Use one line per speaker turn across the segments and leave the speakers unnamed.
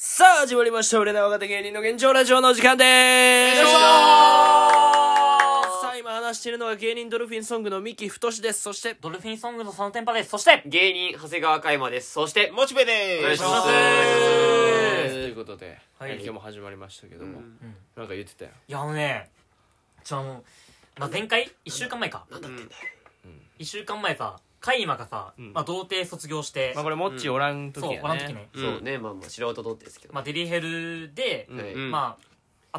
さあ、始まりました。売れない若手芸人の現状ラジオの時間でーす。
よいしょー
さあ、今話しているのは芸人ドルフィンソングの三木太です。そして、
ドルフィンソングのそのテンパです。そして、
芸人長谷川嘉馬ですそして
モチベです
お願いします
ということで、
はい
今日も始まりましたけども、なんか言ってたよ。
いや、あのね、じゃあもう、まあ、前回、一週間前か。
なんだってんだよ
一週間前さ、カイマがさ、
ん
まあ、童貞卒業して
まあ、、これ、モッチーおらん時や
そう、
ね。
この時ね、
そうねまあまあ素人どってですけど
まあ、デリヘルで、
ん
はい
うん
まあ、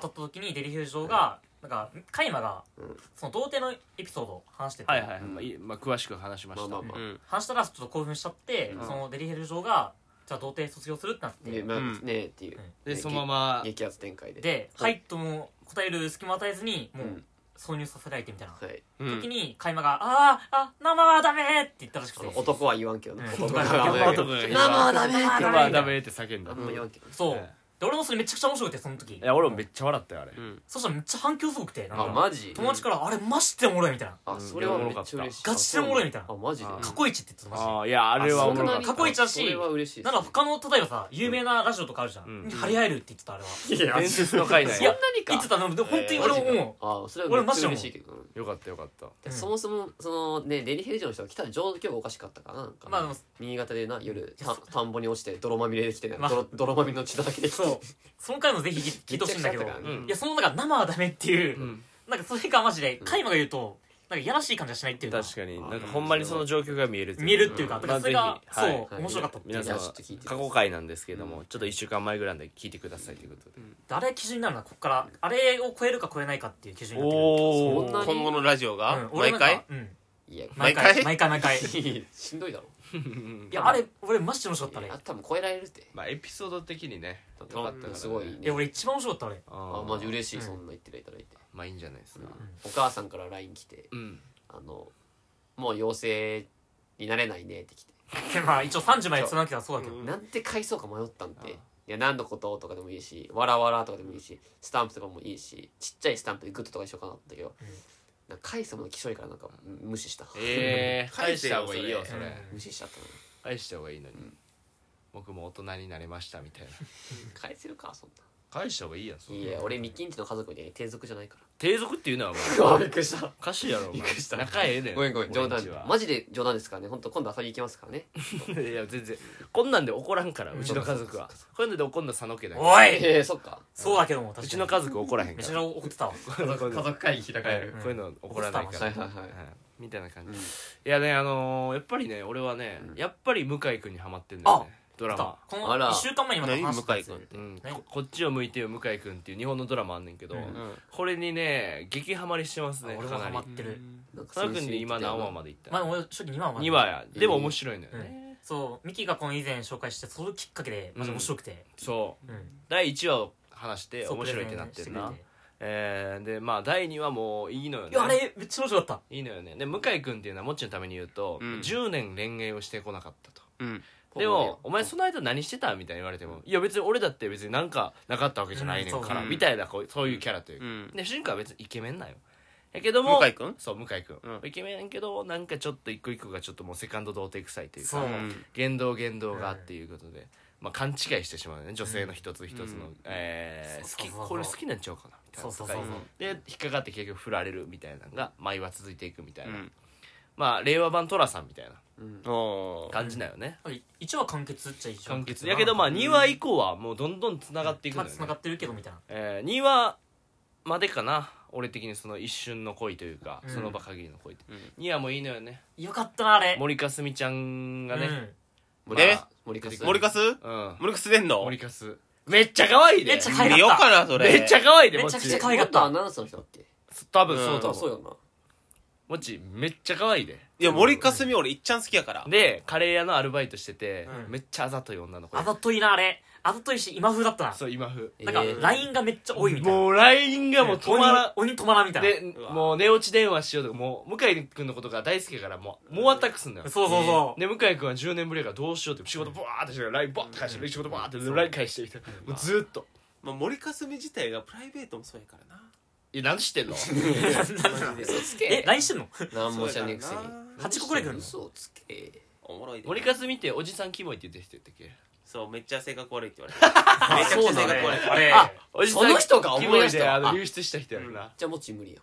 当たった時にデリヘル上が、なんか、カイマが、その童貞のエピソードを話してて、
はいはいはい。まあいいまあ、詳しく話しました。
まあまあまあ
うん
話したらちょっと興奮しちゃって、
ん
そのデリヘル上が、じゃあ童貞卒業するってなって、
ねまあ
うん
ねえっていう
はい
で、
ね
そのまま、
激激アツ展開で
で、はい、とも答える隙間を与えずに、も
う、
うん挿入させられてみたいな。
はい
うん
時にカイマが「あーあ生はダメ!」って言ったらしくて
男は言わんけどね
うん
男は言わんけど
男が言わんけど
ママはダメって
今日
マ
言わ
マ
ん
は
はダメって叫ん
あ
だ
ん。ま言わんけど
そう
え
で俺もそれめちゃくちゃ面白くてその時
いや、俺もめっちゃ笑ったよ、あれ。
うん
そしたらめっちゃ反響すごくてなん
あ
か
マジ
友達から「あれマジでおもろい」みたいな
あそれはめっちゃ嬉しい
ガチでおもろいみたいな
あマジで
あ
「過去一」って言ってたマジで
ああ、いや、あれはおもろかっ
あ
た。
過去一だし
それは嬉しい
なんか他の例えばさ有名なラジオとかあるじゃ
うん
んに張り合えるって言ってたあれは
にいや
伝説の回だ
いや
よ。
言ってたので本当に
えー
俺もも
あそれはめっちゃ嬉しいけど
よかったよかった。
うん
そもそもそのねデリヘルジョの人が来た状況がおかしかったからなんか
まあでも
新潟でな夜
いや
た
そう
田んぼに落ちて泥まみれできて、
まあ
泥泥まみれの血だらけで
う
きて
そうその回もぜひ聞いてほしいんだけど
めっちゃくちゃあったから
ね。
いやそのなんか生はダメっていううんなんかそれがマジでカイマが言うとなんかいやらしい感じはしないっていうか
確かになんかほんまにその状況が見えるという
見えるっていうか
ん
だからそれが
まあぜひ
そ
は
う
い
面白かったってい
皆
う
さん
い
は
やちょっと聞いて
過去回なんですけどもちょっと1週間前ぐらいなんで聞いてくださいということで
あれ基準になるなここからあれを超えるか超えないかっていう基準になってくる
お
そんなに
今後のラジオが
うん俺
毎
なんか
回
うん
いや
毎
毎
回
回
毎 回毎回い
しんどいだろ
やあれ俺マジで面白かったあれ
いや多分超えられるって
まあエピソード的にね
よかったすごいね
いや俺一番面白かったあれ
あ
あマジ嬉しい、
うん
そんな言っていただいて
まあいいんじゃないですか
お母さんから LINE 来て
うん
あのもう妖精になれないねって来て、
まあ一応3時までつなげたらそうだけど
なんて返そうか迷ったんで
あ
いや何のこととかでもいいしわらわらとかでもいいしスタンプとかもいいしちっちゃいスタンプでグッドとかにしようかなと思ったけど、なんか返すものきしょいからなんか無視した、
ええ
返
返
せ
し
よ
た方がいいよ
そ
そ
れ
れ
無視しちゃったのに
返した方がいいのに僕も大人になれましたみたいな
返せるかそん
返した方がいいやんそ
なん
ない
や俺ミッキンチの家族に低俗じゃないか
低俗っていうのはお前
らびっくりした
おかしいやろお前
びっくりした
仲ええねん
ごめんごめん冗
俺
談
ちは
マジで冗談ですからね本当今度遊びに行きますからね
いや全然こんなんで怒らんからうちの家族はこういうので怒んの佐野家だけ
おい
ええそっか
そうだけども
う
確
ち
か
の
に
家族怒らへん
め
か
ちゃくち
ら
ゃ怒ってたわ
家族
会議開
はいこういうの怒らないか
怒って
ら
た
はいはいはい
みたいな感じ、
うん
いやねあのーやっぱりね俺はね、
うん
やっぱり向井君にはまってんだよねドラマ、
この
あら
1週間前にまた話したやつ
何向井
う
君
ん
ね
ここっちを向いてよ向井君っていう日本のドラマあんねんけど、
うん
これにね激ハマりしてます
あ
ね
俺
か
も
な
ハ
り
マってる
なんか
佐野君で今何話
ま
までいった
まあ俺初期2話まで
2話やでも面白いのよね、
うんそうミキがこの以前紹介してそのきっかけでマジ面白くて
そう
うん
第1話を話して
そう
面白いってなってるな
プレゼンしてくれて
えー、でまあ第2話もいいのよ
いやあ
ね
れめっちゃ面白かった
いいのよねで向井君っていうのはもっちのために言うと、
うん
10年恋愛をしてこなかったと
うん
でも「お前その間何してた?」みたいに言われても「いや別に俺だって別になんかなかったわけじゃないねんから」
うんそう
みたいなこうそういうキャラという
う
か、
ん
で主人公は別にイケメンなんよやけども
向井君
そう向井君、
うん
イケメンやけどなんかちょっと一個一個がちょっともうセカンド童貞臭いという
そう
か
うん
言動言動がっていうことで、まあ、勘違いしてしまうね女性の一つ一つの、
うん
えー
そうそうそう
好きこれ好きなんちゃうかなみたいな
そうそうそうそう
とかで引っかかって結局振られるみたいなのが毎話続いていくみたいうな、
ん
まあ令和版寅さんみたいな
おー
感じだよね、
1話完結っちゃ一応
完結やけどまあ
うん
2話以降はもうどんどんつながっていくのよ、ね
繋がってるけどみたいな
えー2話までかな俺的にその一瞬の恋というか、
うん
その場限りの恋って、
うん
2話もいいのよね
よかったなあれ
森かすみちゃんがね、
あ
え
森かす
森かす
うん
森かす出んの
森かすめっちゃ可愛いで
めっちゃ可愛い
見ようかなそれ
めっちゃ可愛いで
め
もっ
ちゃくちゃ
ち
可愛かっ
元ア
た
ナウンサーの人だっけ
多分そうだ
あ
と
そう
思う
よな
もっちめっちゃ可愛いで
いや森かすみ俺いっちゃん好きやから
でカレー屋のアルバイトしてて、
うん
めっちゃあざとい女の子
あざといなあれあざといし今風だったな
そう今風
なんか
えー
LINE がめっちゃ多いみたいな
もう LINE がもう止まらん
鬼鬼止まらんみたい
で
うわ
もう寝落ち電話しようとかもう向井君のことが大好きやからもう猛アタックすんのよ
なそうそうそう
で向井君は10年ぶりやからどうしようって仕事バーってして LINE バーって返して仕事バーって LINE 返してみたいなもうずーっと
まあ森かすみ自体がプライベートもそうやからな
「いや何してんの?
マジで
嘘つ
え
け
LINE してんの
何もしてねえくせに
そうやからな
八個くらい来るの
嘘つけ
おもろい」で
森かす見ておじさんキモいって言ってきてたっけ
そうめっちゃ性格悪いって言 われてめちゃくちゃ性格悪い
あれ
あ
おじさん
その人が思
キ
い
モ
出
い
し
で
た
あの
あ
流出した人やろな
じゃあもっち無理や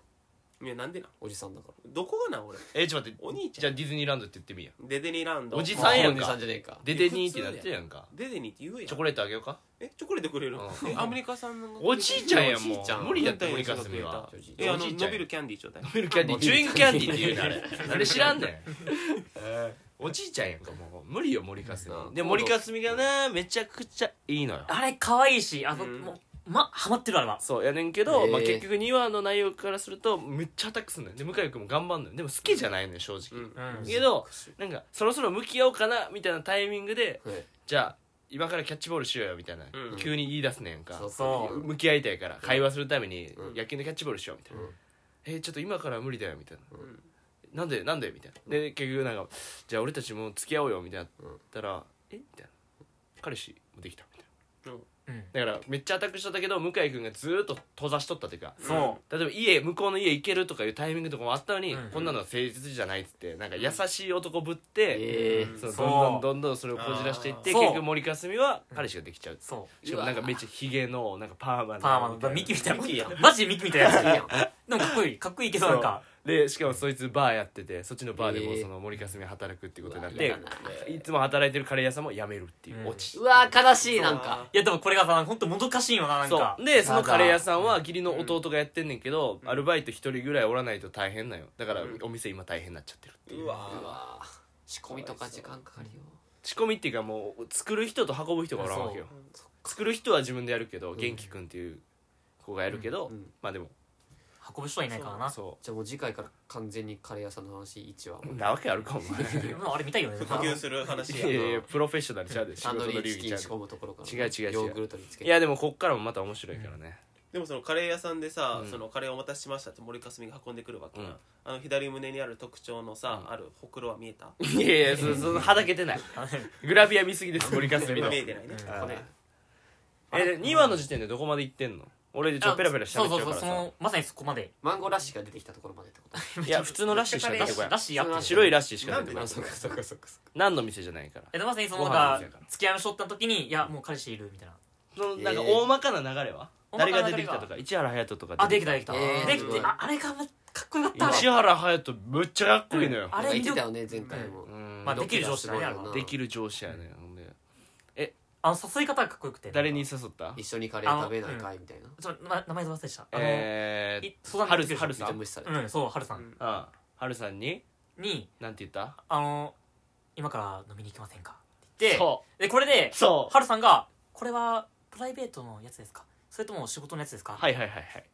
いやなんでなん
おじさんだから
どこがな俺
えちょっと待
お
って
兄ち
じ
ゃ
ゃ
ん
あディズニーランドって言ってみや
デデニランド
おじさんやんか
おじさんじゃねえか
デデニーってなってやんか
デデニって言うやん
チョコレートあげようか
えチョコレートくれる
うん
えアメリカ産の
おじいちゃんやんも
おじいちゃ
うん無理やって
お
森
じいちゃん
川澄は
おじいちゃん
えあ
お
の
じいちゃん
伸びるキャンディーちょうだい
チューイングキャンディーチューイングキャンディーって言うなあれあれ知らん ねんえーおじいちゃんやんかもう無理よ森川澄
うん
で森川澄がねめちゃくちゃいいのよ
あれ可愛いしあの、
うん
もうまハマってるあれは
そうやねんけど、
へー
まあ、結局2話の内容からするとめっちゃアタックすんのよで向井君も頑張んのよでも好きじゃないのよ正
う
直、
ん
うん
けどなんかそろそろ向き合おうかなみたいなタイミングで
はい
じゃあ今からキャッチボールしようよみたいな、
うん
急に言い出すねんか
そう
そ
そう
向き合いたいから会話するために
うん
野球のキャッチボールしようみたいな、
うん
えーちょっと今から無理だよみたいな、
ん
なんでなんでみたいなで結局なんかじゃあ俺たちもう付き合おうよみたいな言ったら、えみたいな彼氏もできたみたい
うん
なだからめっちゃアタックしとったけど向井君がずーっと閉ざしとったっていうか
そ
例えば家向こうの家行けるとかいうタイミングとかもあったのに、
うん
こんなのは誠実じゃないっつってなんか優しい男ぶって、
ええ
うん
そう
そ
ど
う
どん
ん
どんどんそれをこじらしていって
あーそう
結局森かすみは彼氏ができちゃう
うそ
しかもなんかめっちゃヒゲのなんかパーマ
う
の
パーマのだミキみたいな
ミキやん
マジでミキみたいなやつ
いいや ん
でもかっこいいかっこいいけど
そう
なんか
でしかもそいつバーやっててそっちのバーでも
えー
その森かすみ働くってことになっ
うわ
て
嫌だ、
いつも働いてるカレー屋さんも辞めるっていううんオチ、
うわー悲しいなんか
いやでもこれがさ本当もどかしいよななん
そ
か
うでそのカレー屋さんは義理の弟がやってんねんけど、アルバイト一人ぐらいおらないと大変なんよだから
うん
お店今大変になっちゃってるっていう
う
う
わ
わー仕込みとか時間かかるよ
仕込みっていうかもう作る人と運ぶ人がおらんわけよ
そううん
作る人は自分でやるけど元気くんっていう子がやるけど、
うんうん
まあでも
運ぶ人はいないからな
そ
じゃあもう次回から完全にカレー屋さんの話1話
うなわけある かもい
うんあれ見たいよね
普及する 話
やいやい
や
やプロフェッショナルちゃうで仕
タン
事
ド
の流
リーチ
儀
キ
ち
ン
ゃう
仕込むところから
違う違う違う
ヨーグルトに
で
つけて
いやでもこっからもまた面白いからね、
でもそのカレー屋さんでさ
うん
そのカレーお待たせしましたって森かすみが運んでくるわけ
うん
やあの左胸にある特徴のさ
うん
あるほくろは見えた
いやいやそそのはだけてないグラビア見すぎです森かすみの
見えてないね
うん
あー
これ
えで2話の時点でどこまで行ってんの俺でちょっとペラペラしゃべっちゃう
そう
か
そう
ら
そうそ
さ
のまさにそこまで
マンゴーラッシーが出てきたところまでってこと
いや普通のラッシーしか出
ラッ
て
シ
こ
ー
や
ラッシーやってる
白いラッシーしか出てこ
あ
や
そっかそっかそっかそっか
何の店じゃないから
えでまさにその
ご
なん
飯の店や
か
から
付き合いのしとった時にいやもう彼氏いるみたいな
そのなんか大まかな流れは、
えー
誰が出てきたとか市原隼人とか
あでき
き
たできた、
えー
でき
すご
て
い
ああれがめかっこよかった
市原隼人むっちゃかっこいいのよ、
あれ
言ってたよね前回も
うん
まあ、
ど
できる上司だねあれ
ど
は
っ
できる上司やねほんで
あの誘い方がかっこよくて
誰に誘った
一緒にカレー食べないかいみたいな
ちょっとな名前忘れてしたあの、
えー
い相談
春
に来て
春
る
さ
めっちゃ無視されて
うんそう春さん、
うん
あ春さんに
に
なんて言った
あの今から飲みに行きませんかって言っ
そ
てでこれで
うそう
春さんがこれはプライベートのやつですかそれとも仕事のやつですか、
はいはいはいはい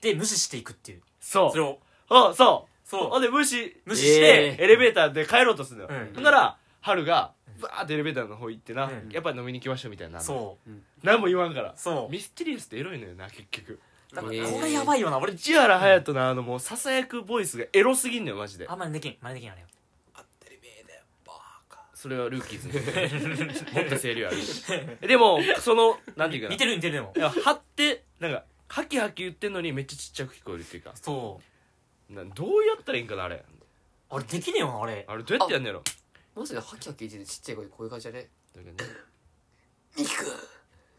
で無視していくっていう
そ
そうれを
あそう
そう
あで無視
無視
し
してて、
エレベーターで帰ろうとするのよ、
うん
ほんなら春がバーってエレベーターの方行ってな、
うん
やっぱ飲みに行きましょうみたいになる
そう
何も言わんから
そう
ミステリアスってエロいのよな結局
だから
えー
これやばいよな俺
市原隼人のあのもうささやくボイスがエロすぎんのよマジで
あんまりできんまりできんあれよ
それはルーキーズ のもっと声量あるしでもそのなんていうかな
似てる似てるでも
いや張ってなんかハキハキ言ってんのにめっちゃちっちゃく聞こえるっていうか
そう
などうやったらいいんかなあれ
あれできねえよなあれ
あれどうやってやんのやろ
マジでハキハキいじでちっちゃい声でこういう感じだね
だけどね
ニキ君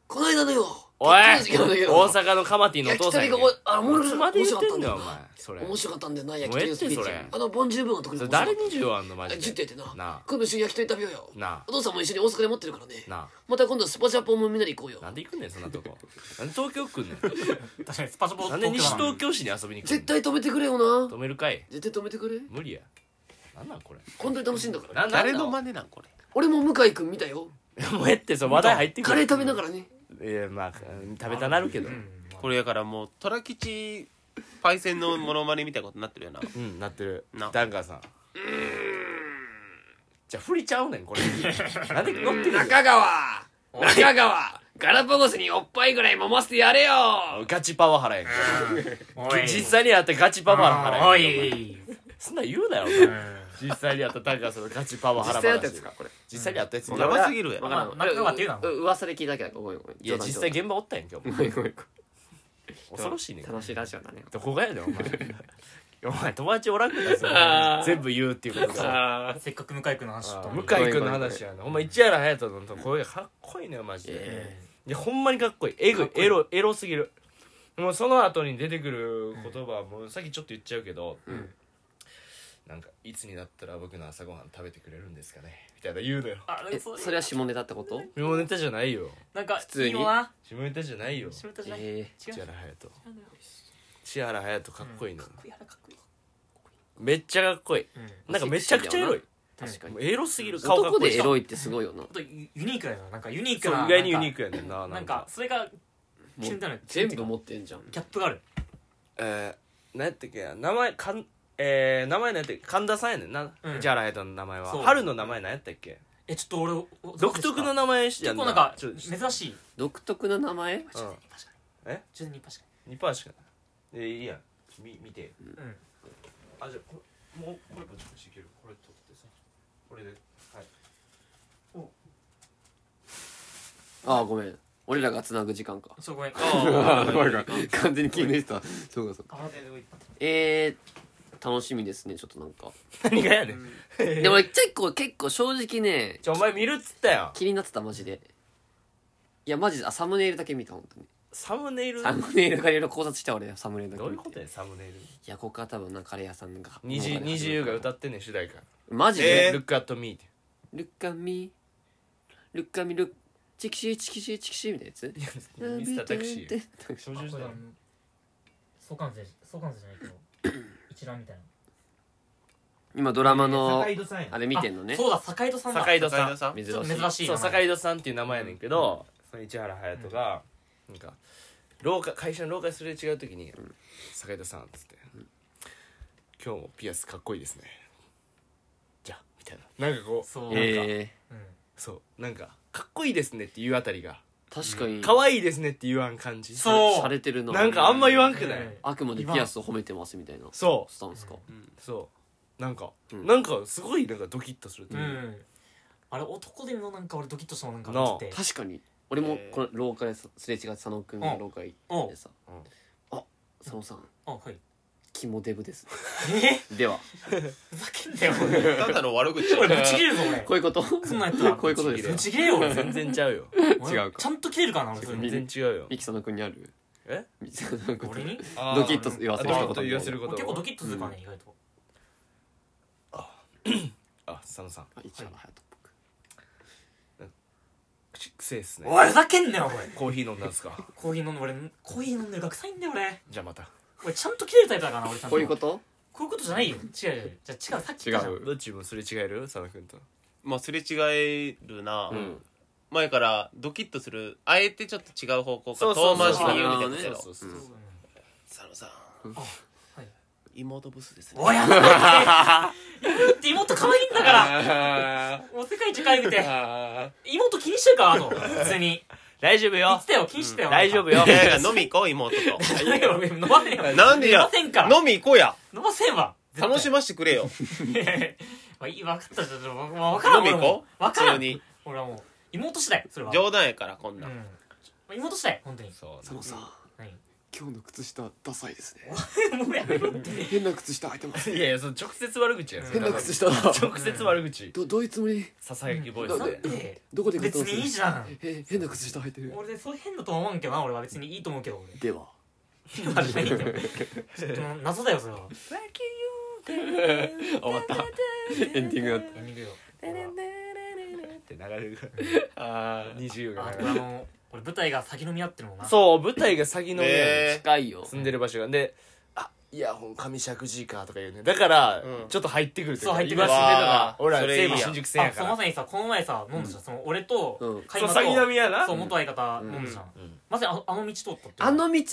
この間のよ
おい
結婚式の時の
大阪のカマティのお
焼
父
き
さん
鳥
や
が
け
おあ面
いつ
白
まで
面
言っ
白かって
んだよ
たんだよ
お前それ
面白かったんだよな焼き鳥のスピ
もうええっ
ー
て
チあのボンジューブのとこ
そ
ろ
れ誰に需要あんのマジ
10
で
点ってな
なあ
今度一緒に焼き鳥食べようよ
な
お父さんも一緒に大阪で待ってるからね
あな
また今度スパジャポンもみんなで行こうよ
あなんで行くんねんそんな とこなんで東京来んね
確かにスパチャボ
んなんで西東京市に遊びに来んねん
絶対止めてくれよな
止めるかい
絶対止めてくれ
無理やなんなんこれ
本当に楽しいんだから
な
誰
なん
の
だ
真似なんこれ
俺も向井君見たよ
もうええってその話題入って
カ
く
レ
る
ー食べながらね
いやまあ食べたなるけど
これだからもう虎吉パイセンのモノマネみたいなことになってるよな
うんなってる
な
ダンカーさんじゃあ振りちゃうねんこれ なんで乗ってる
中川中川ガラパゴスにおっぱいぐらい揉ませてやれよ
ガチパワハラやんけ
おい
実際にあったガチパワハラやんけ
お
お前
い
そんなん言うなよお
う
前
ん
実際にあったダンカーさんのガチパワハラ話
これ
実際にあったやつ
やばすぎるや
わ
ん
からんまあ中川っていうのはもう
噂で聞いただけだからごめんごめん
いや実際
ご
現場おったやんけお前
めんごめんごめん
恐ろしいねん
楽しいラジオだね
どこがやねんお前お前友達おらんくないそれ
あー
全部言うっていうことが
あ
せっかく向井君の話し
あ
た
ー
の
向
に
井君の話やなほんま市原隼人の声がかっこいいのよマジで、
え
いやほんまにかっこいいえぐ
か
い
っこいい
エロエロすぎるもうその後に出てくる言葉はもうさっきちょっと言っちゃうけど、
ん
なんかいつになったら僕の朝ごはん食べてくれるんですかねみたいな言うのよ
あ
えそれは下ネタってこと
下ネタじゃないよ
なんか
普通
い
に
いな
下ネタじゃないよ
下ネタじゃない違う
ええ
千原隼人
違うんだよ
千原隼人かっこいいの、
かっこいいあれかっこいい
めっちゃかっこいい
うん
なんかめちゃくちゃエロい
確か
も
に
うエロすぎる顔かっ
男
こいい
でエロいってすごいよな
あとユユニークだよななんかユニーク
そう
な
意外にユニー
ク
クやねんな
なんかそれがキュンだね
全部持ってんじゃん
ギャップがある
えー、何やったっけ名前かんえー、名前何やったっけ神田さんやねんな、
うん
市原隼人の名前
そ
は
う
春の名前何やったっけ
えちょっと俺おお
独特の名前や
結
ん
構なんか
ちょっと
珍しい
独特な名前
確かに
え
確かに確か
2パーしかないえいいやんみ見て
にうん
あじゃあこれもうこれこっちこっちいけるこれ取ってさこれではい
ああごめん俺らがつなぐ時間か
そうごめん
あー
完全に気抜いてたそうかそうか
あ待って
えー、楽しみですねちょっとなんか
何がやねん
でも結構結構正直ね
ちょお前見るっつったやん
気になってたマジでいやマジであサムネイルだけ見た本当に
サムネイル
サムネイルからいろいろ考察した俺サムネイルだけ
どう
見
いう
て
ことやサムネイル
いやここは多分なカレー屋さんが
二次二次優が歌ってんねん主題歌
マジ
え
で、
Look at me って
ルッカミルッカミルッチキシーチキシーチキシーみたいなや
ミ
つ
スタータクシー
ー
小中時代
相関税相関税じゃないけど 一覧みたいな
今ドラマの
戸さんや
あれ見てんのね
そうだ坂井戸さんだ
坂井戸さ
高
ん
田さん
珍し
ちょっと珍
い
しい
そう
名前
坂井戸さんっていう名前やねんけど、その市原隼人が、なんか廊下会社の廊下すれ違う時に「坂井戸さん」っつって、今日もピアスかっこいいですね」じゃあみたいななんかこう
そうなんか
え
うん
そうなんか「かっこいいですね」っていうあたりが
ー、確か
「
に
可愛いですね」って言わん感じ
そう
されてるな
なんかあんま言わんくない、
うん
あくまでピアスを褒めてますみたいな
そ
スタンスか
うそうなんか、
うん
なんかすごいなんかドキッとすると
う
いうん
あれ男でのなんか俺ドキッとしたのなんか
なあ
見てて
確かに俺も
えー
この廊下ですれ違って佐野君の廊下行ってさ
うんうん
「あ佐野さん
あはい
肝デブです
え」
では
ふざけんなよ俺
ただの悪口
俺ぶち切れるぞ俺
こういうこと
そんなんやったら
こういうことです
ぶ
よ
ち切れよ 俺
全然ちゃうよ
違うか
ちゃんと切れるからな俺それ
全然違うよ
ミキ佐野君にある
え
ミキ佐野君
俺に
あー
ドキッと言わせる
あ
一
ドキッと
言
言わせるこ
俺
と
結構ドキッとするからね意外と
あ佐野さん
あ市原隼人っぽく
口くせえっすね
おいふざけんなよ俺
コーヒー飲んだんすか
コーヒー飲んで俺コーヒー飲んでる学いんだよ俺
じゃあまた
俺ちゃんと切れるタイプだからな俺ちゃんと
こういうこと
こういうことじゃないよ違う違うじゃあ違うさっき言ったじゃん
違う
どっちもすれ違える佐野君と
まあすれ違えるな、前からドキッとするあえてちょっと違う方向から遠回しに言うみたいな
そう
やつ
そうそうう
そう
佐野さん
はい
妹ブスですね
おやだって妹可愛いんだから
あ
もう世界一可愛くて
ーあ
妹気にしてるからあと普通に
大丈夫
言
よ
ってたよ気にしてたよ
大丈夫よ
ーいやいや飲み行こう妹 と
いやいや飲ませんよ
なんで
飲ま
や
せんから
飲み行こうや
飲ませんわ
楽し
む
ませてくれ よ
まあいい分かったちょっと僕もう分から
飲
ん俺も分から
み行こう普通
ん
に
俺はもう妹次第それは
冗談やからこん
う
なん
まあ妹次第本当に
そう
佐野さん
何
今日の靴下ダサいですね
もうやめろって
変な靴下履いてます
いやいやその直接悪口や
うん
それ
変な
直
靴下だ
接悪口
どどういうつもり
ささやきボイス
なん
で
で
で
どこで買っ
別
た
に
ん
いい
です
じゃん
え変な靴下履いてる
俺そう変だとは思わんけどな俺は別にいいと思うけど
では
俺マジでいいよちょっと謎だよそれは
終わったエンディングだった
エンディングよ
って流れる
あ
20
あ
が
あの俺舞台が先の宮ってのもな
そう舞台が先の
え
ね
ー
近いよ
住んでる場所がであイヤホン上石神かとか言うねだから
うん
ちょっと入ってくるとい
そう入ってく
今
る
住んでたら
わー
俺
そ
ら
れいい
西
や
武新宿線や
あそ
か
うま
ら
さにさこの前さ飲んでたその俺と
うん
海
そう
馬
先並
と
みやな
そう元相方飲んでたの
うん
まさにああの道通ったって
あの道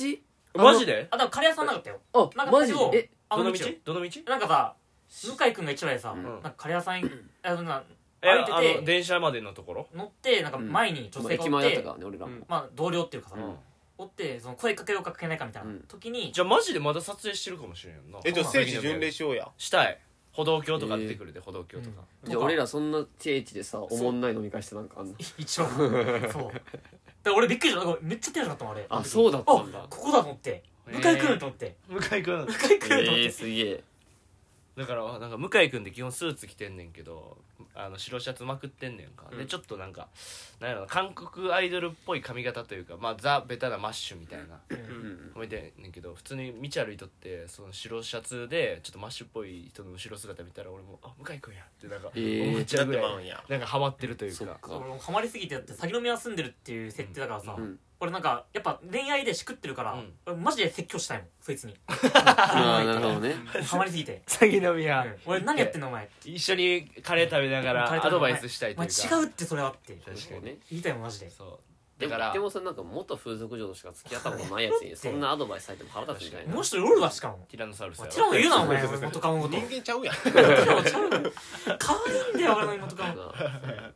マジで
あだからカレー屋さんなかったよ
あ
なんか
マ
だ
ジ
けど
え
あ
ど
の
の
道
道どの道
なんかさ向井君が一番でさ
うん
なんかカレー屋さんあのな
えあ
歩いて
の
て
電車までのところ
乗ってなんか前に女性が
駅
おっ
前だった
て
からね俺ら
う
も
ん
まあ同僚っていうかさ
うん
おってその声かけようかかけないかみたいな
うん
時 に
じゃあマジでまだ撮影してるかもしれんよな
えじゃあ聖地巡礼しようや
したい歩道橋とか出てくるで歩道橋とか
じゃあ俺らそんな定位置でさおもんない飲み会してなんかあんの
一番そうだから俺びっくりしたなんかめっちゃ手がかったもんあれ
あそうだったんだ
あここだと思って向井君
と
と思って
向井君
向井君と思って
えー、すげえ
だからなんか向井君って基本スーツ着てんねんけどあの白シャツまくってんねんか、
う
で
ん
ちょっとなんかなんやろな韓国アイドルっぽい髪型というか、まあ、ザ・ベタなマッシュみたいな
うんうん
思いてんねんけど普通に道歩いとってその白シャツでちょっとマッシュっぽい人の後ろ姿見たら俺も「あ向井君や」ってなんか
えー
思っちゃうぐらい
なってまうんや
なんかハマってるという
そっ
か
そう
か
俺もハマりすぎてだって先の目は住んでるっていう設定だからさ、
うん
俺なんかやっぱ恋愛でしくってるから、
うん
俺マジで説教したいもんそいつに
ああなるほどね
ハマりすぎて、
詐欺の宮
うん俺何やってんのお前
一緒にカレー食べながらアドバイスしたい
お
とい
前
うか
違うってそれはって
確かに
ね
言いたいもんマジで
そう
で
だ
も
から
でもさなんか元風俗嬢としか付き合ったことないやつにそんなアドバイスされても腹立つしかない
も
な
う一人おるわしかも
ティラノサウルス
お
や
前
ろ
ティラも言うなお前俺元カノのこと
人間ちゃうやん
可愛いんだよ俺の妹カノ
な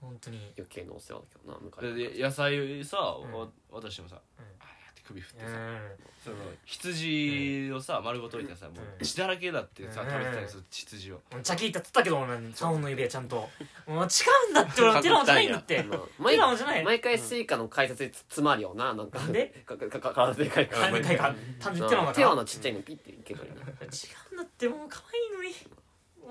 本当に
余計なお世話だけどな向井
で野菜さ、わ
うん
渡してもさ、
うん
あーって首振って
う
さ、
ん
その羊をさ丸ごと置いてさ、もう血だらけだってさ、
うん
食べてたりする羊を、
俺ジャキータつったけど俺サウンの指はちゃんともう違うんだって俺ティラノじゃないんだって
まあ
ティラノじゃない
毎回スイカの解説でつつまるよななんか
なんで
かかか体でかいから
単純に手が単純にティラノだか
手
ら
は
違
なちっちゃいのピッていけばいいな
うんだってもう可愛いのに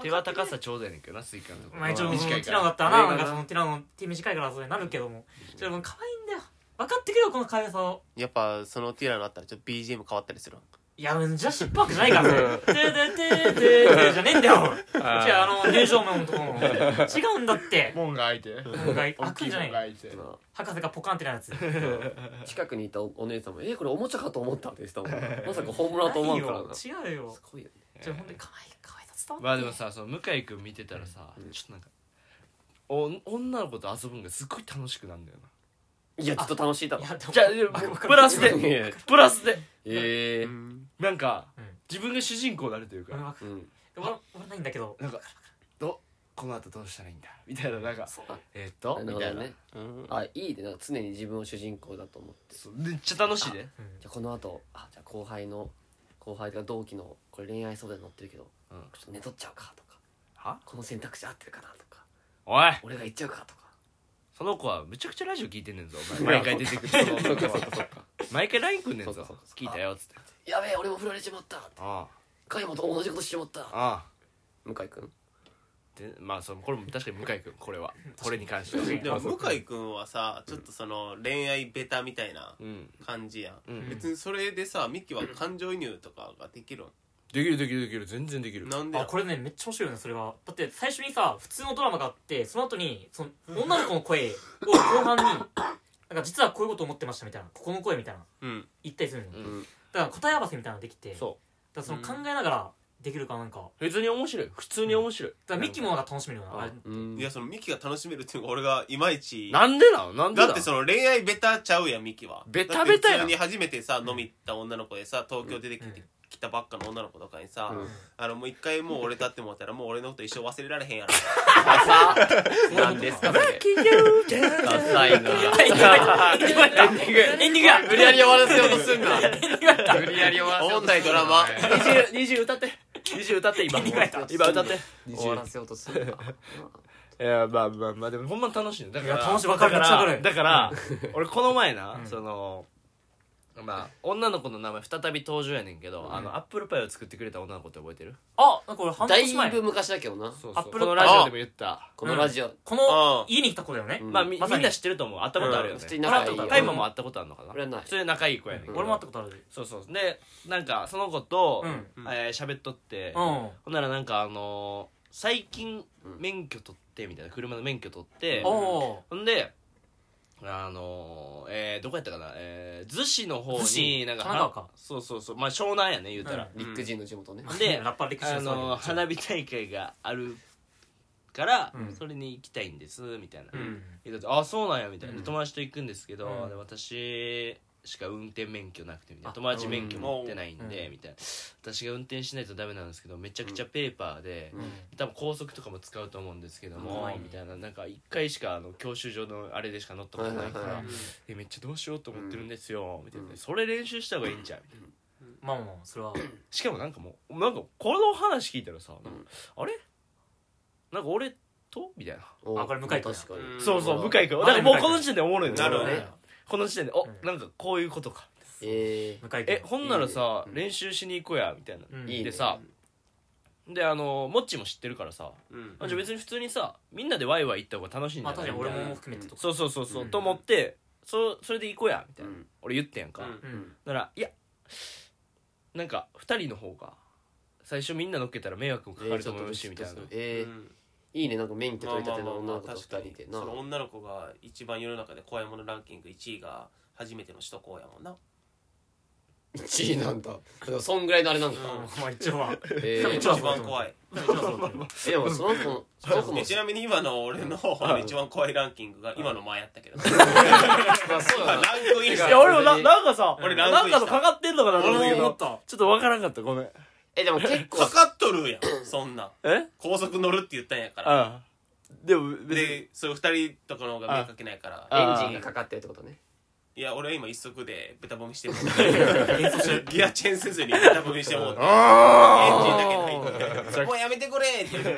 手は高さちょうどやねんけどなスイカのとこ
まあ一応もう
短い
テ
か
ィラノだ
ら
ったらな
上
な
が
ん
な
かそのティラノ手短いからそれなるけどもちょっともう可愛いんだよ分かってくれよこの可愛さを
やっぱそのティラノあったらちょっと BGM 変わったりする
いや、ジャシックパークじゃないか らね。てーてーてーてーてーじゃねえんだよ。じゃあ、あの、入場門のところも。違うんだって。
門が開いて
門が開い開くんじゃない
いて
ま
博士がポカンってなるやつ。
あ近くにいたおお姉さんも「えこれおもちゃかと思った」って言ってたもんまさか本物だと思うからなす
ないよ違うよ。
ごいよね
じゃあ、ほんとに可愛い、可愛さ伝わって。
まあでもさその向井君見てたらさ、ちょっとなんかお女の子と遊ぶのがすっごい楽しくなんだよない
やずっと楽しいだろ
いや、でも
じゃあプラス
いやいや
でプラスで
ええ
なんか、
うん
自分が主人公になるというか、
俺は、
うん
俺は俺はないんだけど。
なんかどこの後どうしたらいいんだみたいななんか
う
えーっと
なる
み
ほ
た
ど
いな
ねあいいでなんか常に自分を主人公だと思って
そうめっちゃ楽しいね
うん
じゃあこの後あじゃあ後輩の後輩とか同期のこれ恋愛相談に乗ってるけど
うん
ちょっと寝取っちゃうかとか
は
この選択肢合ってるかなとか
おい
俺が行っちゃうかとか
その子はむちゃくちゃラジオ聞いてんねんぞお前毎回出てくるその
そうか
子
そう
は
かそうか
毎回 LINE くんねん
そう
ぞ
かそうか
聞いたよっつって
やべえ俺も振られちまった
あ
加山と同じことしちまった
あああ
向井君
でまあそのこれも確かに向井君これはこれに関して
確か
は
に
でも向井君はさちょっとその恋愛ベタみたいな
うん
感じやん、
うん
別にそれでさミキは感情移入とかができる
できるできるできる全然できる
んなんでや
あこれねめっちゃ面白いよねそれはだって最初にさ普通のドラマがあってその後にその女の子の声を後半になんか実はこういうこと思ってましたみたいなここの声みたいな
うん
言ったりするの、
うん
だから答え合わせみたいなのできて
そ
だからその考えながらできるからなんかだか
う別に面白い普通に面白い
らミキもなんか楽しめるよなあれ
うん
いやそのミキが楽しめるっていうのが俺がいまいち
なんでなのなんでな
だってその恋愛ベタちゃうやんミキは
ベタベタやん
だって普通に初めてさ飲み行った女の子でさ東京出てきて、来たばっかの女の子とかにさ、
うん
あのもう一回もう俺と会ってもらったらもう俺のこと一生忘れられへんやろ
なんですかそれダサいな
エンディングや
無理やり終わらせようとすんな無理やり終わらせようとすんな
本来ドラマ
20歌って20歌って今今
今
歌
歌
っ
ってて終わらせようとすんない
やまあまあまあでもほんま楽しいねだから
いや楽しいわかる
だ
めっちゃわかる
だから俺この前な、
うん
そのまあ女の子の名前再び登場やねんけど、あのアップルパイを作ってくれた女の子って覚えてる
あなんか俺半
だ
年前
いぶ昔だけどな
そう
そう
このラジオでも言った
このラジオ
こ
うん
の家に来た子だよね
うん
まあみ,、
まさに
んな知ってると思う会ったことあるよね
普、通に仲いい
うん
タイ
会
マ
話
も会ったことあるのかな
俺はない
普通に仲いい子やねんけど
俺も会ったことある
そうそうでなんかその子と、
うん
えー喋っとって、
うんあ
ほんならなんかあのー最近
うん
免許取ってみたいな車の免許取って、
あ
ほんで、あのー、えー、どこやったかな、えー、逗子の方
逗
に、
子
なんか、
神奈川か
そうそうそう、まあ湘南やね、言うたら。
陸人の地元ね
んで
ラッパー歴史
あ
の
のー、
騒ぎ
花火大会があるから、
うん
それに行きたいんです、みたいな。
うん
言うたらあ、そうなんや、みたいな。
うん
友達と行くんですけど、
うん
で私しか運転免許なくて、みたいな。
あ
友達免許持ってないんで、
うん
みたいな。私が運転しないとダメなんですけど、めちゃくちゃペーパーで、
うん
多分高速とかも使うと思うんですけども、
はい
みたいななんか1回しかあの教習所のあれでしか乗ったことないから、
はいはいはい
えめっちゃどうしようと思ってるんですよ、みたいな
うん
それ練習した方がいいんじゃん、みたいな
まあまあまあそれは
しかもなんかもうなんかこの話聞いたらさ、なんかあれなんか俺とみたいな、
お
あこれ向井君
確かに
うん
そうそう向井君
ま
な
だ
んかもうこの時点でおもろいの
なるほど
この時点でお、
うん
なんかこういうことか
そう
え
向井君
えほんならさ
うん
練習しに行こうやみたいな、
うん
いいね
でさであのモッチーも知ってるからさ、
うん
あじゃあ別に普通にさみんなでワイワイ行った方が楽しいん
ま
だ
あ確かに俺も含めてとか
そうそうそうそう、
うん
と思ってそそれで行こうやみ
え
たいな、俺言ってんやんか、
うん
うん
ならいやなんか2人の方が最初みんな乗っけたら迷惑もかかると思うしみたいな、
え
うん
えいいねなんか免許取り立ての女の子と
確か
二
に
人でな
その女の子が一番世の中で怖いものランキング1位が初めての首都高やもんな
1位なんだでもそんぐらいのあれなんか
うん
まあ一応 は
え
多分
え
一番怖い
一応はそうだけど
えでもその子もその子 も
えちなみに今の俺の
ん
一番怖いランキングが今の前やったけど
まあそうだ
ラ ン
な
クイ
い
ンした
や
よ
俺もななんかさ
俺ラン
な
クイ
んか
ンした
とかかってんのかなと思ったけ
俺も思
ど
った
ちょっとわからんかったごめん
えでも結構
か かっとるやんそんなん
え
高速乗るって言ったんやから
ああでも別に
でそういう2人とかの方が目かけないから
あ
エンジンがかかってるってことね
いや俺は今一足でベタボミしてる
演奏してる
ギアチェーンせずにベタボミしてもうてエンジンだけない
それ
もうやめてくれって言うから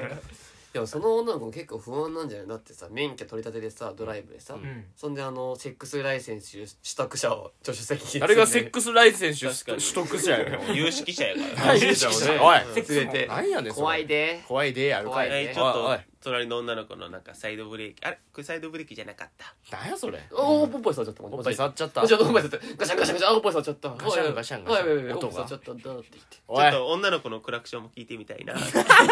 でもその女の子も結構不安なんじゃないだってさ免許取り立てでさドライブでさ、
うん
そんであのセックスライセンス取得者を助手席に積んで
あれがセックスライセンス取
確かに
得者 やね
有識者やから
おい
連れて
何やねんそれ
怖いで
怖いでやるか
怖い
い
ね
えーちょっ
おいお
と
い
隣の女の子のなんかサイドブレーキあれこれサイドブレーキじゃなかった
何やそれ
おおポンポイ触っちゃったもん
おっぱい触っちゃった
ガシャンガシャンガシャンガシャンガシャンガシャンあーポンポイ触っちゃった
ガシャンガシャンガシャン
おいおいおいおいおい
音が
ポンポイ触っちゃったんだって言って
ち
お
ょ
い
っと女の子のクラクションも聞いてみたいな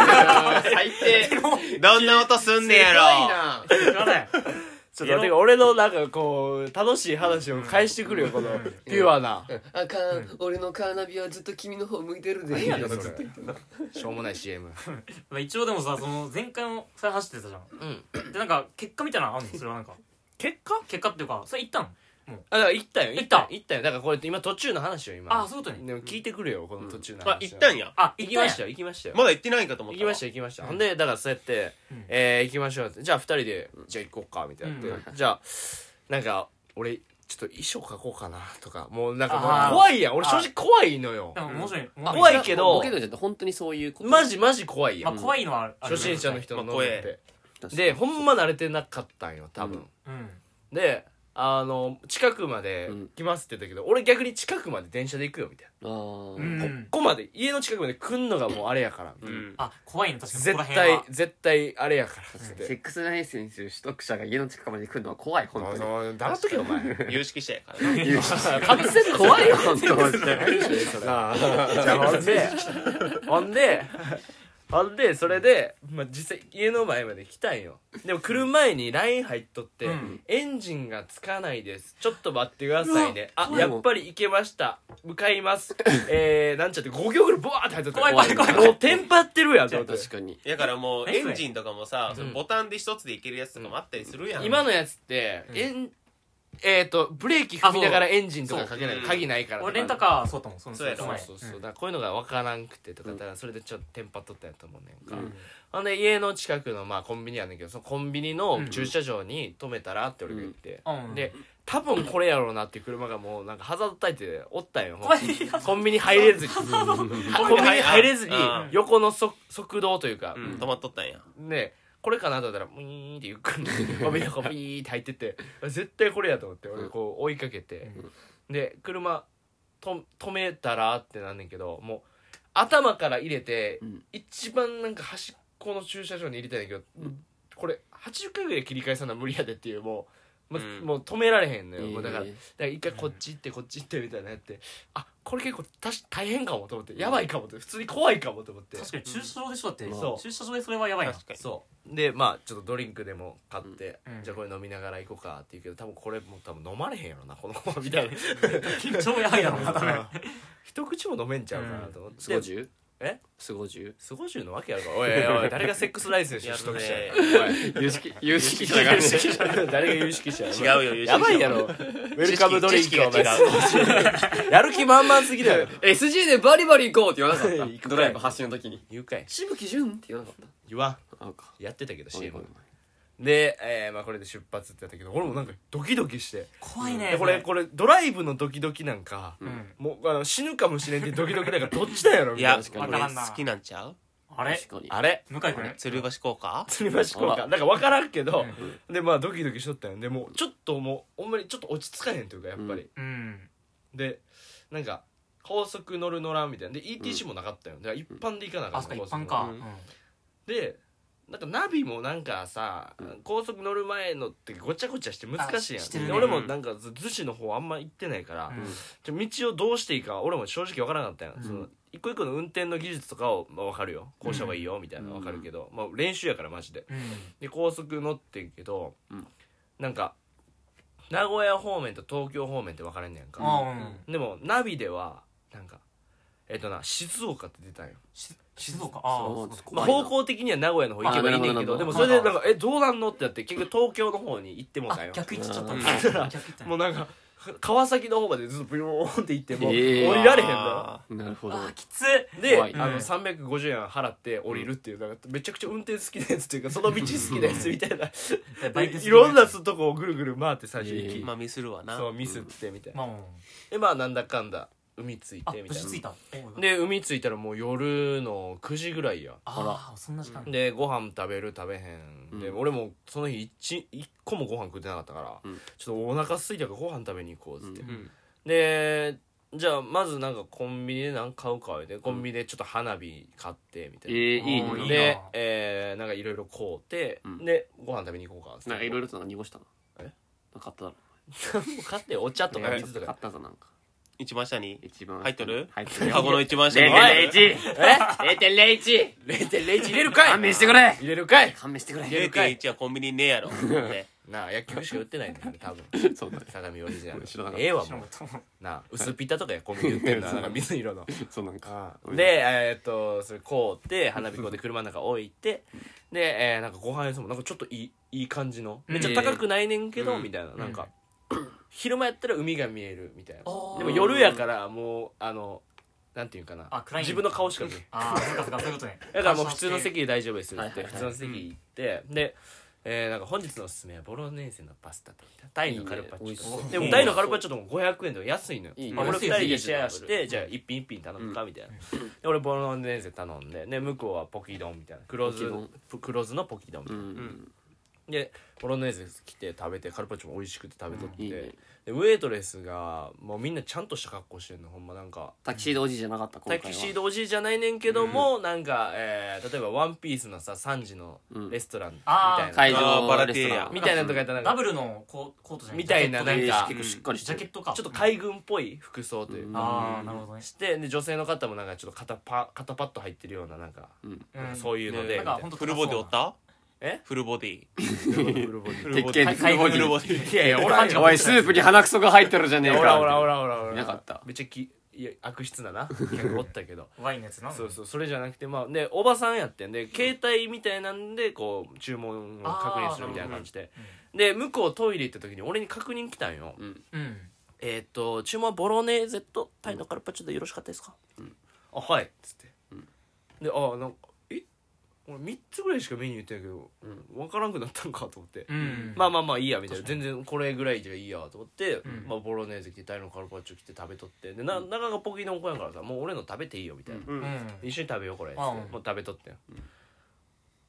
最低
どんな音すんねやろ
知らない
ちょっと待って俺のなんかこう楽しい話を返してくるよこのピュアな
あかん俺のカーナビはずっと君の方向いてるで
何やねん
ず
そ
っ
れ
と言ってんの
しょうもない CM
まあ一応でもさその前回もそれ走ってたじゃん
うん
でなんか結果みたいなのあんのそれはなんか
結果
結果っていうかそれ言ったの
あだから行ったよ
行った
行ったよだからこれ今途中の話よ今
あそういうことね
でも聞いてくれよこの途中の話
あ行ったん
や
や
あ
行きました
よ
よ行きましたよ
まだ行ってないんかと思っ
行き
た
ました
よ
よ行きましたほんでだからそうやって
うん
えー行きましょうってじゃあ二人でじゃあ行こうかみたいになってじゃあなんか俺ちょっと衣装書こうかなとかもうなんかもう
あー
怖いやん俺正直怖いのよ
でも面白い面白
怖いけど
ボケるんじゃなくて本当にそういうこと
マジマジ怖いや
まあ
ん
怖いのはある
初心者の人の
まあ
ノリってでほんま慣れてなかったんよ多分
うん
であの近くまで
うん
来ますって言ったけど俺逆に近くまで電車で行くよみたい
あー
うん
なここまで家の近くまで来んのがもうあれやからみたいな
うん
あ怖いの確かにここら
絶
辺
対
は
絶対あれやからっつっ
セ
て
ックスライセンス取得者が家の近くまで来るのは怖い本当
あの黙っとけよお前
有識者やから な
にかぶせる 怖いよ本当に
なあほんでほんでほんでそれで、まあ、実際家の前まで来たんよでも来る前に LINE 入っとって、
うん
エンジンがつかないですちょっと待ってくださいねあ
うわ
やっぱり行けました向かいますえー、なんちゃって5行ぐらいブワーって入っとって
怖い怖い怖い怖い
もうテンパってるやんと思って
確かに
だからもう
何
エ
それ
ンジンとかもさそのボタンで一つでいけるやつとかもあったりするやん
今のやつって、
うん
エンえっ、とブレーキ踏みながらエンジンとか
そ
か
う
けない
そう
鍵ないからとか
俺レンタカーそうだもんその
そうやろ
そう
前
そうそう、
ん
だからこういうのが分からんくてとかだからそれでちょっとテンパっとったんやと思うねんか、
うん
ほんで家の近くのまあコンビニやねんけどそのコンビニの
うん
駐車場に止めたらって俺が言って、
うん
で多分これやろうなっていう車がもうなんかハザード焚いておったんよ
怖い
コンビニ入れずにコンビニ入れずに
うん
横のそ側道というか
う、ん止まっとったんや
でこれかなと思ったらウィーンってゆっくりコンビニがビーって入ってって絶対これやと思って俺こう追いかけて、で車と止めたらってなんねんけどもう頭から入れて、
うん
一番なんか端っこの駐車場に入れたいんだけど、これ80回ぐらいで切り返さな無理やでっていうもう、ま
うん
もう止められへんのよ、もうだから
えー
だから一回こっち行ってこっち行ってみたいなやってあこれ結構たし大変かもと思ってやばいかもと普通に怖いかもと思って
確かに駐車場でしょだって
そう
駐車場でそれはやばいな
確かに
そうでまあちょっとドリンクでも買って、
うん
じゃあこれ飲みながら行こうかって言うけど多分これもう多分飲まれへんやろなこの 子はみたいな
緊張やばいだろうな多分
一口も飲めんちゃうかなと思って、
スゴジュ
え
スゴジュ
スゴジュのわけやろかおいおいおい誰がセックスライセンス取得者や
や
有 識有識者がね
誰が有識者
違うよ有識者
やばいやろウェルカムドリンクお前
知識知
やる気満々すぎだよ
SG でバリバリ行こうって言わなかっ
行くか
た
い
ドライブ発進の時に
言うかい
しぶきじゅんって言わなかっ
言わん
たあうか
やってたけど CM
ごめん
で、えーまあ、これで出発ってやったけど俺もなんかドキドキして、
怖いね
これこれドライブのドキドキなんか、
うん
もうあの死ぬかもしれんってドキドキなんかどっちだよろみ
い
たい
や
な
確か
俺
に
好きなんちゃう
あ
ごめん
れ
確かに
あれ
向井君ね
吊り橋効果
釣り橋効
あ
果
ら
なんか分からんけど、でまあドキドキしとったんよでもうちょっともうほんまにちょっと落ち着かへんというかやっぱり、
うん
でなんか高速乗る乗らんみたいなで ETC もなかったよ、だから一般で行かなか
あ
っ
そったか
高
一
速
般か
う
うんん
でなんかナビもなんかさ、高速乗る前のってごちゃごちゃして難しいや
あ
ん
してるね
で俺もなんかず逗子の方あんま行ってないから、ちょ道をどうしていいか俺も正直わからなかったやん、
ん
その一個一個の運転の技術とかを、まあ、分かるよこうした方がいいよみたいなの分かるけど、まあ、練習やからマジで
うん
で高速乗ってんけど、
うん
なんか名古屋方面と東京方面って分かれんねやん
ああ
か、
うん
でもナビではなんかえっとな静岡って出たんよ
し静岡ああ
そう
そこ
まあ、
怖いな
方向的には名古屋の方行けばいいねんけど
あ
で
なる
も
ほ
そ
ど
れ
な
で
る
な
ほど
んか「えどうなんの?」ってなって結局東京の方に行ってもうた
あ
よ
逆行っちゃった
うん
逆行っ た
もうなんか川崎の方までずっとビヨーンって行ってもう降
えー
りられへんの
なるほど
あーきつ
よで、
怖い
あの
うん
350円払って降りるっていうなんかめちゃくちゃ運転好きなやつっていうかその道好きなやつみたい な
バイク好き
いろんなとこをぐるぐる回って最初行き、
えー
まあミスるわな
そうミスってみたいな、
まあまあま
でまあなんだかんだ海着い
ああ
てみ
無
たい
事
な
着いたで
で海着いたらもう夜の9時ぐらいや
ああそんな時間
でご飯食べる食べへんで、
うん
俺もその日一一個もご飯食ってなかったから、
うん
ちょっとお腹空いたからご飯食べに行こうっつって、
うん
うん
でじゃあまずなんかコンビニで何買うかでコンビニでちょっと花火買ってみた
え
い
ー
な、
いい
あー
ね
いい
で
な
えーなんかいろいろ買うて、
うん
でご飯食べに行こうかっつって
なんかいろいろとなんか濁したな
え
なんか買っただろ
もう買ってお茶とか
なん
水と
買
か
ったぞなんか
一番下に
一番
入っとる
入っとるよ
カゴの一番下に
0.01え0.01
0.01入れるかい
勘弁してくれ
入れるかい
勘弁してくれ
0.1はコンビニねえやろね
なあ野球しか売ってないんだよね 多分
そうだね
相模オリジナル
知らなかった
ええわ
知ら
も
ん
う
かった
なあ薄ピタとかやコンビニで売ってるの
そう
なんか水色 の
そうなんかうん
でえーっとそれこうって花火こうで車の中置いてで、えーなんかご飯屋さんもなんかちょっといいいい感じのめっちゃ高くないねんけど、
うん
みたいななん
う
か
ん、
昼間やったら海が見えるみたいなで
あー
も夜やからもうあのなんていうんかな
あ暗いんだ
自分の顔しか見え ん
ああそうかそうかそういうことね
だからもう普通の席で大丈夫ですって
はいはいはい
普通の席行ってでえーなんか本日のおすすめはボロネーゼのパスタとタイのカルパッチョ
いいね美味しそう
でもタイのカルパッチョとも500円で安いのよ
いいね
まあ俺
安い
2
よ
人でシェアし
いい
て
ね
じゃあ一品一品頼むかみたいなで俺ボロネーゼ頼んでで向こうはポキ丼みたいな黒酢
ポキ丼
ぷ黒酢のポキ丼み
う
たいなんでボロネーゼ来て食べてカルパッチョも美味しくて食べとっ
いいね
てでウェイトレスがもうみんなちゃんとした格好してんのほんまなんか
タキシードおじいじゃなかった今
タ
回
キ
は
シードおじいじゃないねんけども、なんか、えー例えば「ワンピースのさ3時の
うん
レストランみ
あー
たいな、
会場
バラエティーや
みたいなとかやったらな
ダ
んか
ブルのココートじゃな
みたいな
ジャケットで
なんか
結構しっかりし
ジ
て
ャケ
る
ットか
ちょっと海軍っぽい服装というか、
ああなるほどね
してで女性の方もなんかちょっと肩パ肩パッと入ってるようななんか、
うん
そういうの
ね
で、
なんかほんと
フルボディおった
え
フルボディ
い
ルボ
鉄拳
デ
に
ィ
フルボデ
フルボ
ィ
デ ィ
やいやおらんよ
おいスープに鼻くそが入ってるじゃねえか
ほらほらほらほらほら
いなかった
めっちゃきいや悪質だ な客おったけど
ワインのやつな
そうそうそれじゃなくてまあでおばさんやってんで携帯みたいなんでこう注文を確認するみたいな感じで、で向こうトイレ行った時に俺に確認来たんよ、
うん
えーっと注文はボロネーゼとタイのカルパッチョでよろしかったですか、あはいっつって、であなんかえ俺3つぐらいしかメニュー言ってないけど、分からんくなったんかと思って、
うん
まあまあまあいいやみたいな全然これぐらいじゃいいやと思って、
ん
まあ、ボロネーゼ来てタイのカルパッチョ来て食べとってでな中がポキの子やからさもう俺の食べていいよみたいな、
うん
うん
一緒に食べようこれっつって
あうん
もう食べとったよ、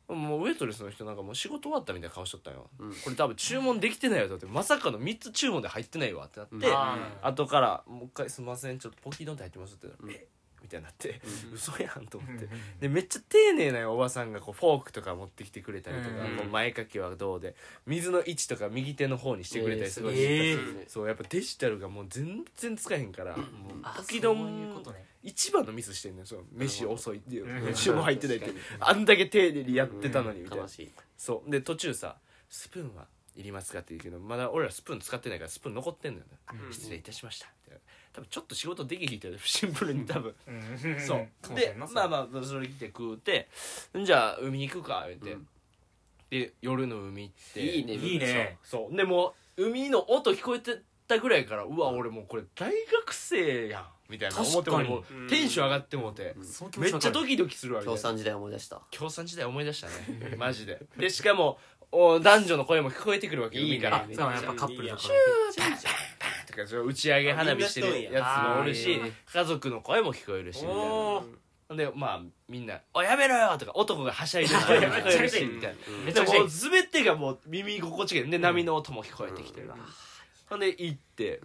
もうウェイトレスの人なんかもう仕事終わったみたいな顔しとったよ、これ多分注文できてないよだってまさかの3つ注文で入ってないわってなって、
あー
後から「もう一回すみませんちょっとポキ丼って入ってます」って言ったら「えみたいになって「嘘やん」と思って
うん
でめっちゃ丁寧なおばさんがこうフォークとか持ってきてくれたりとか
うん
こう前掛けはどうで水の位置とか右手の方にしてくれたりすごい
えー
そうやっぱデジタルがもう全然使えへんからもう
あ
ポキ
そうい
丼
うことね
一番のミスしてんねんそう飯遅いっていう
うん
飯も入ってないってあんだけ丁寧にやってたのにみたいな
悲しい
そうで途中さ「スプーンはいりますか?」って言うけどまだ俺らスプーン使ってないからスプーン残ってんのよね、失礼いたしましたみたいな多分ちょっと仕事できひん ってシンプルに多分、
うん
そう
かもしれ
で
んな
ま
それ
あまあそれ来て食うてじゃあ海行くか言って、
うん
で夜の海行って
いいね
いいね
そうそうでもう海の音聞こえてたぐらいからうわ俺もうこれ大学生やんみたいな思って
確か
俺
に
もうテンション上がってもうて、
その気
め
持
っ
わ
ち
か
ゃ
る
ドキドキするわみたい
共
な
産時代思い出した
共産時代思い出した ねマジででしかもお男女の声も聞こえてくるわけよ
いいね
海から
あそうやっぱカップルとか
とかそう打ち上げ花火してるやつもおる
あみ
し
んなし
家族の声も聞こえるしみたい
おー
なでまあみんな「おやめろよ!」とか男がはしゃいでる声も聞こえるし
め
みたいな
めち
で
ゃくちゃい
もう
い
全てがもう耳心地がいいで波の音も聞こえてきてるほんで行って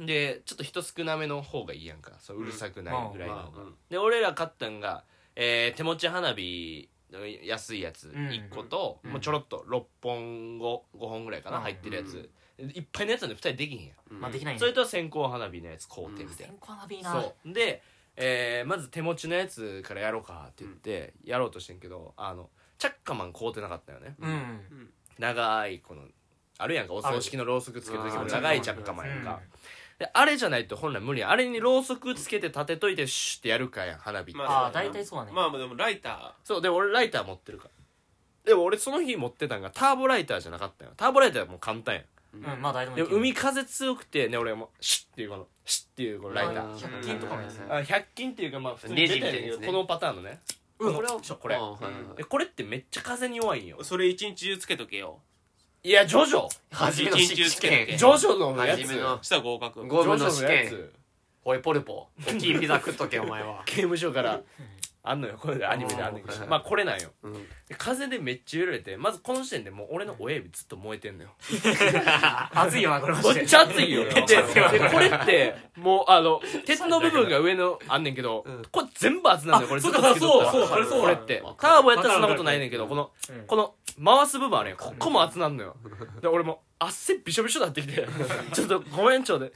うん
でちょっと人少なめの方がいいやんかそううるさくないぐらいの、
まあうん
で俺ら買ったんが、えー手持ち花火の安いやつ
うん
1個と、
うん
もうちょろっと6本5本ぐらいかな、
うん
入ってるやつ、いっぱいのやつなんで2人できへんやん、
まあできないね
それと線香花火のやつ買うてみたい
線香鍋いい
な、
な
そうで、えーまず手持ちのやつからやろうかって言ってやろうとしてんけどあのチャッカマン買うてなかったよね
うん
長いこのあるやんかお葬式のろうそくつける時
あ
も
る
長いチャッカマン
う
やん
ん
か、であれじゃないと本来無理やあれにろうそくつけて立てといてシュッてやるかやん花火って、
ま
ああ大体そうだね
まあでもライタ
そうで俺ライター持ってるからでも俺その日持ってたんがターボライターじゃなかったよターボライターはもう簡単やん
うんまあ大体
で
も
も海風強くてね俺もうシュッっていうこのシュッっていうこのライター
100均とかのやつ
あ100均っていうかまあ普通に
レ
出
ジ
てる
みたいな
け
や
ど
つね
このパターンのね
うんこれは
これ
うん
えこれってめっちゃ風に弱いんよ
ーそれ一日中つけとけよ
いやジョジョ
初めの
一日中
試
つ け
験
ジョジョのやつ
初めの
したら合格
ジ
ゴ
ョ
ム
ジ
の
ョ
試
のや
験
つ
おいポルポ大きいピザ食っとけお前は
刑務所からあんのよこれアニメであんねんけど
うん
まあこれなんよ
うん
で風でめっちゃ揺られてまずこの時点でもう俺の親指ずっと燃えてんのよ
熱いよな これマジ
め
で
っちゃ熱いよ
め
で
っちゃ
熱いわ
でこれってもうあの鉄の部分が上のあんねんけど
うん
これ全部熱なんだよこれ
あ
ずっ
そう
と
か
つけとったら
そうそうそれそうだ
これって
わ
タ
かる
ーボやったらそんなことないねんけどこの
うん
この回す部分あるやんここも熱なんのよで俺も汗びしょびしょになってきて ちょっとごめんちょうで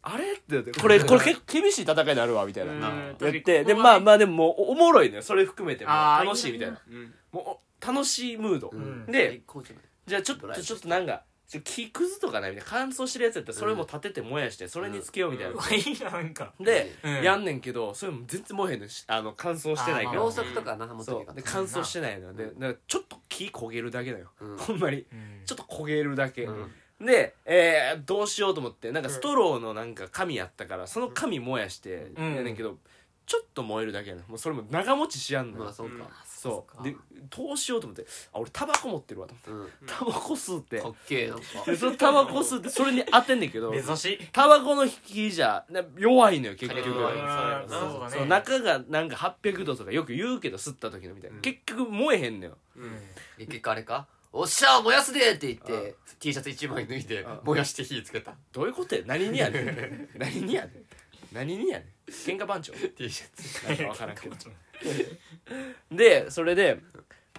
あれって言ってこれこれ結構厳しい戦いになるわみたいな
うん
言
確か
っ
に
てで
ここはね
まあまあでももうおおもろいのよそれ含めてもう
あー
楽しいみたいな
うん
もう楽しいムード
うん
で
最高じゃない
じゃあちょっ
ドライ
と
ブし
ち
て
ょっとなんかちょっと木くずとかないみたいな乾燥してるやつやったらそれも立てて燃やしてそれにつけようみたいな
うわいいななんか
で
うん
やんねんけどそれも全然燃えへんのしあの乾燥してないか
あ
ら
ー
ろうそくとかな持っと
そ
けば
うで乾燥してないのよでなんかちょっと木焦げるだけだよ
うん
ほんまに
うん
ちょっと焦げるだけ、
うん
で、えーどうしようと思ってなんかストローのなんか紙やったからその紙燃やして
うん
やねんけど、ちょっと燃えるだけやねんもうそれも長持ちしやんのよ、
まあそうか
そう
で
でどうしようと思ってあ俺タバコ持ってるわと思
うん
ってタバコ吸って
かっけえなんか
でそのタバコ吸ってそれに当てんねんけど
珍しい
タバコの引きじゃな弱いのよ結
火
局
力弱い
うん
そうだな
そうだね
そう中がなんか800度とかよく言うけど吸った時のみたいな、結局燃えへんのよ
うん
で結果あれかおっしゃ燃やすでって言って T シャツ一枚脱いで
うん
燃やして火つけた
どういうことや何にやねん 何にやねん何にやねん喧嘩番長
T シャツ
なんか分からんけどでそれで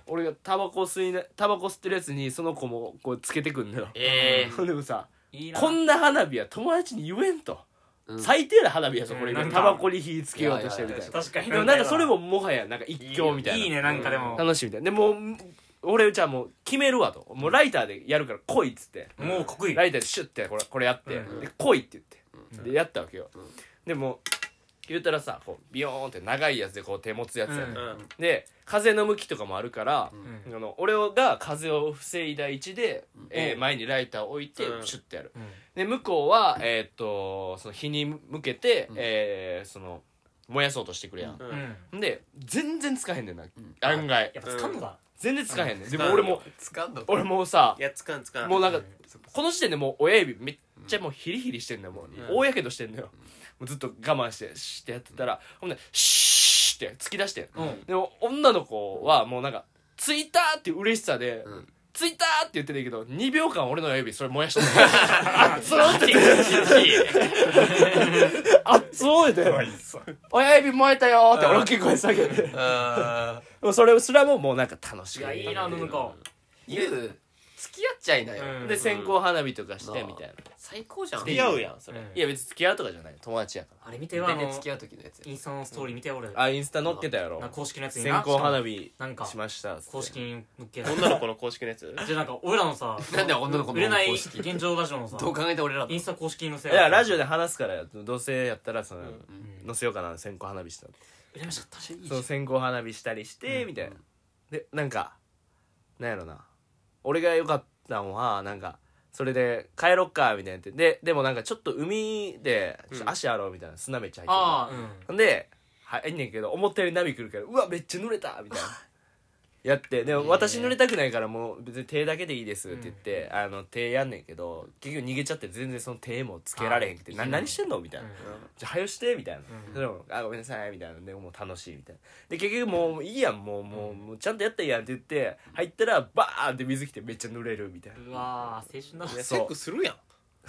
俺がタバコ吸いなタバコ吸ってるやつにその子もこうつけてくんのよ
ええ
ほんでもさ
いいな
こんな花火は友達に言えんと、
うん
最低な花火やぞこれ、
うんなんか
タバコに火つけようとしてるみたいない
やいやい
確
や
かに
でもなんかそれももはやなんか一興みたいない
いねなんかでも
楽しいみたいなでもう俺じゃあもう決めるわともうライターでやるから来いっつって
もう得意
ライターでシュッてこれこれやって、
うん
で来いって言って、
うん
でやったわけよ、
ん
でも言うたらさこうビヨーンって長いやつでこう手持つやつやね、
うん
うん
で風の向きとかもあるから、
うん
あの俺が風を防いだ位置で、えー前にライターを置いて
うん
シュッてやる、
うん
で向こうはえーっとその日に向けて、
うん
えーその燃やそうとしてくれやん、
うん
で全然つかへんねんな、
ん
案外
やっぱ掴むわ
全然つかへんねん、で
う
も
ん
俺も
掴んだ
俺もうさ
いやつかんつかん
もうなんか
うん
この時点でもう親指めっちゃもうヒリヒリしてんだよもう、
うん
大やけどしてんだよ、もうずっと我慢してシーってやってたらほんでシーって突き出して、
うん
でも女の子はもうなんか「ついた!」っていう嬉しさで「
うん
ついた!」って言ってたけど2秒間俺の親指それ燃やしてたあ っつおってあっつおって親指燃えたよーって俺大きい声下げてで
あー
もそれすらももうなんか楽し
い
く
やいいな布川
ゆう付き合っちゃいなよ
うん
で線香花火とかしてみたいな、
最高じゃん
付き合うやんそれ
うん
いや別に付き合うとかじゃない友達やから
あれ見て
で
よあの
付き合う時のやつ
インスタのストーリー見てよ俺
あインスタ載っけたやろ
な公式のやつに
線
な
香花火
なんか
しましたっつって
公式に向け
女の子の公式のやつ
じゃあなんか俺らのさ
なんで女の子
売れ
の
ない
公式
現状ラジオのさ
どう考えて俺ら
インスタ公式に載せ
い
よう
やラジオで話すからどうせやったらその、
ん
載せようかな線香花火したら
羨ましかったし
その線香花火したりして、みたいなでなんかなんやろな俺が良かったのはなんかそれで帰ろっかみたいなってででもなんかちょっと海でちょっと足洗ろうみたいな砂めっちゃ入ってるから
ああうん
ほんで入んねんけど思ったより波来るからうわめっちゃ濡れたみたいな やってでも私濡れたくないからもう別に手だけでいいですって言って、あの手やんねんけど結局逃げちゃって全然その手もつけられへんくて「な何してんの?」みたいな
うん
「じゃあ早よして」みたいな
う
「
ん
それもあごめんなさい」みたいなでもう楽しいみたいなで結局もういいやんもうもうもうちゃんとやったらいいやんって言って入ったらバーンって水来てめっちゃ濡れるみたいな
うわー青春だ
いや
そう
セックスするや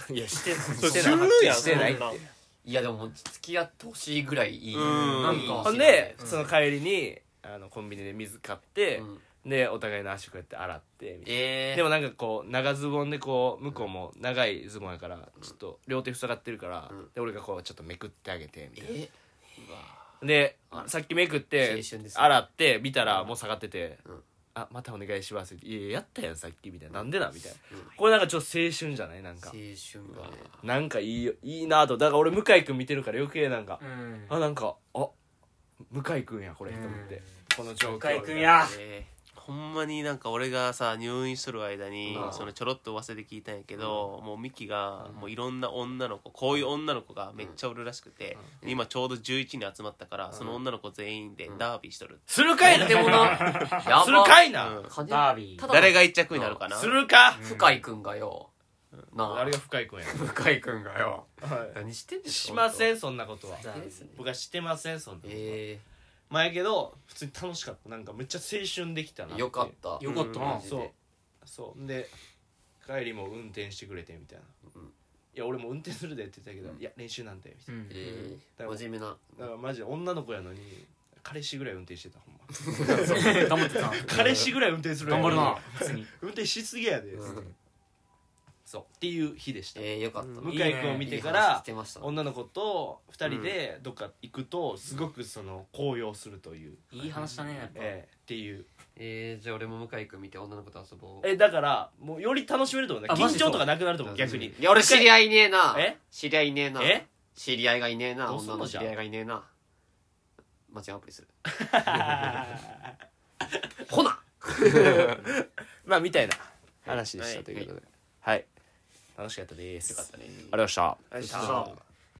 ん
いやして
それ
して
十
ない
やん
してないっ
そんな
て
いやでも付き合ってほしいぐらいいい
うん
なんか
ほんで、その帰りにあのコンビニで水買って、でお互いの足こうやって洗ってみたいな
ええ
でもなんかこう長ズボンでこう向こうも長いズボンやからちょっと両手塞がってるから、
うん
で俺がこうちょっとめくってあげてみたい
え
なでさっきめくって
青春ですね
洗って見たらもう下がってて「
うん
あまたお願いします」って「いややったやんさっき」みたいな「なんでな」みたいな
うん
これなんかちょっと青春じゃないなん
青
か
春がね
なんかいいよいいなとだから俺向井君見てるから余計なんか、
うん
あなんかあ向井君やこれと思っ
うん
てこの状況
向井君や
え
ほんまになんか俺がさ入院しとる間に
うん
そのちょろっと噂で聞いたんやけど、もうミキがもういろんな女の子こういう女の子がめっちゃおるらしくて、で今ちょうど11人集まったから、その女の子全員でダービーしとる、
するかいな
でもな やば
するかい
うん
な、
金
ダービー
ただ
誰が一着になるかな、
するか、
深井君がよな
あれが深井君や
深井君がよ
はい
何してんで
しませ
ん
んそんなことは
ですね
僕はしてませんそんなことは
え
まあやけど普通に楽しかったなんかめっちゃ青春できたな
え
て
よかった
よかったな
マジで
そうそうで帰りも運転してくれてみたいな「
うん
いや俺も運転するで」って言ったけど「いや練習なんだよ」みたい
うん
ええ真面目な
なだからマジで女の子やのに彼氏ぐらい運転してたほんま
頑張ってたな
彼氏ぐらい運転するや
頑
ん
張るな普通に
運転しすぎやで、
うん
そうっていう日でした
ええよかった
向井君を見てか
いい話
ら
してました
女の子と2人でどっか行くとすごくその高揚するという、
いい話だねやっぱ
ええっていう
ええじゃあ俺も向井君見て女の子と遊ぼう
えだからもうより楽しめると思うね
あマ
緊
ジそ
張
う
とかなくなると思う逆に
いや俺知り合いいねえな
え
知り合いいねえな
え
知り合いがいねえな
どうすんの
女の知
じゃあ
り合いがいねえなマッチングアプリする
ほなまあみたいな話でし
は
た
い
ということではい楽しかったです
よかったね
ありがとうございました
よいしょ
そう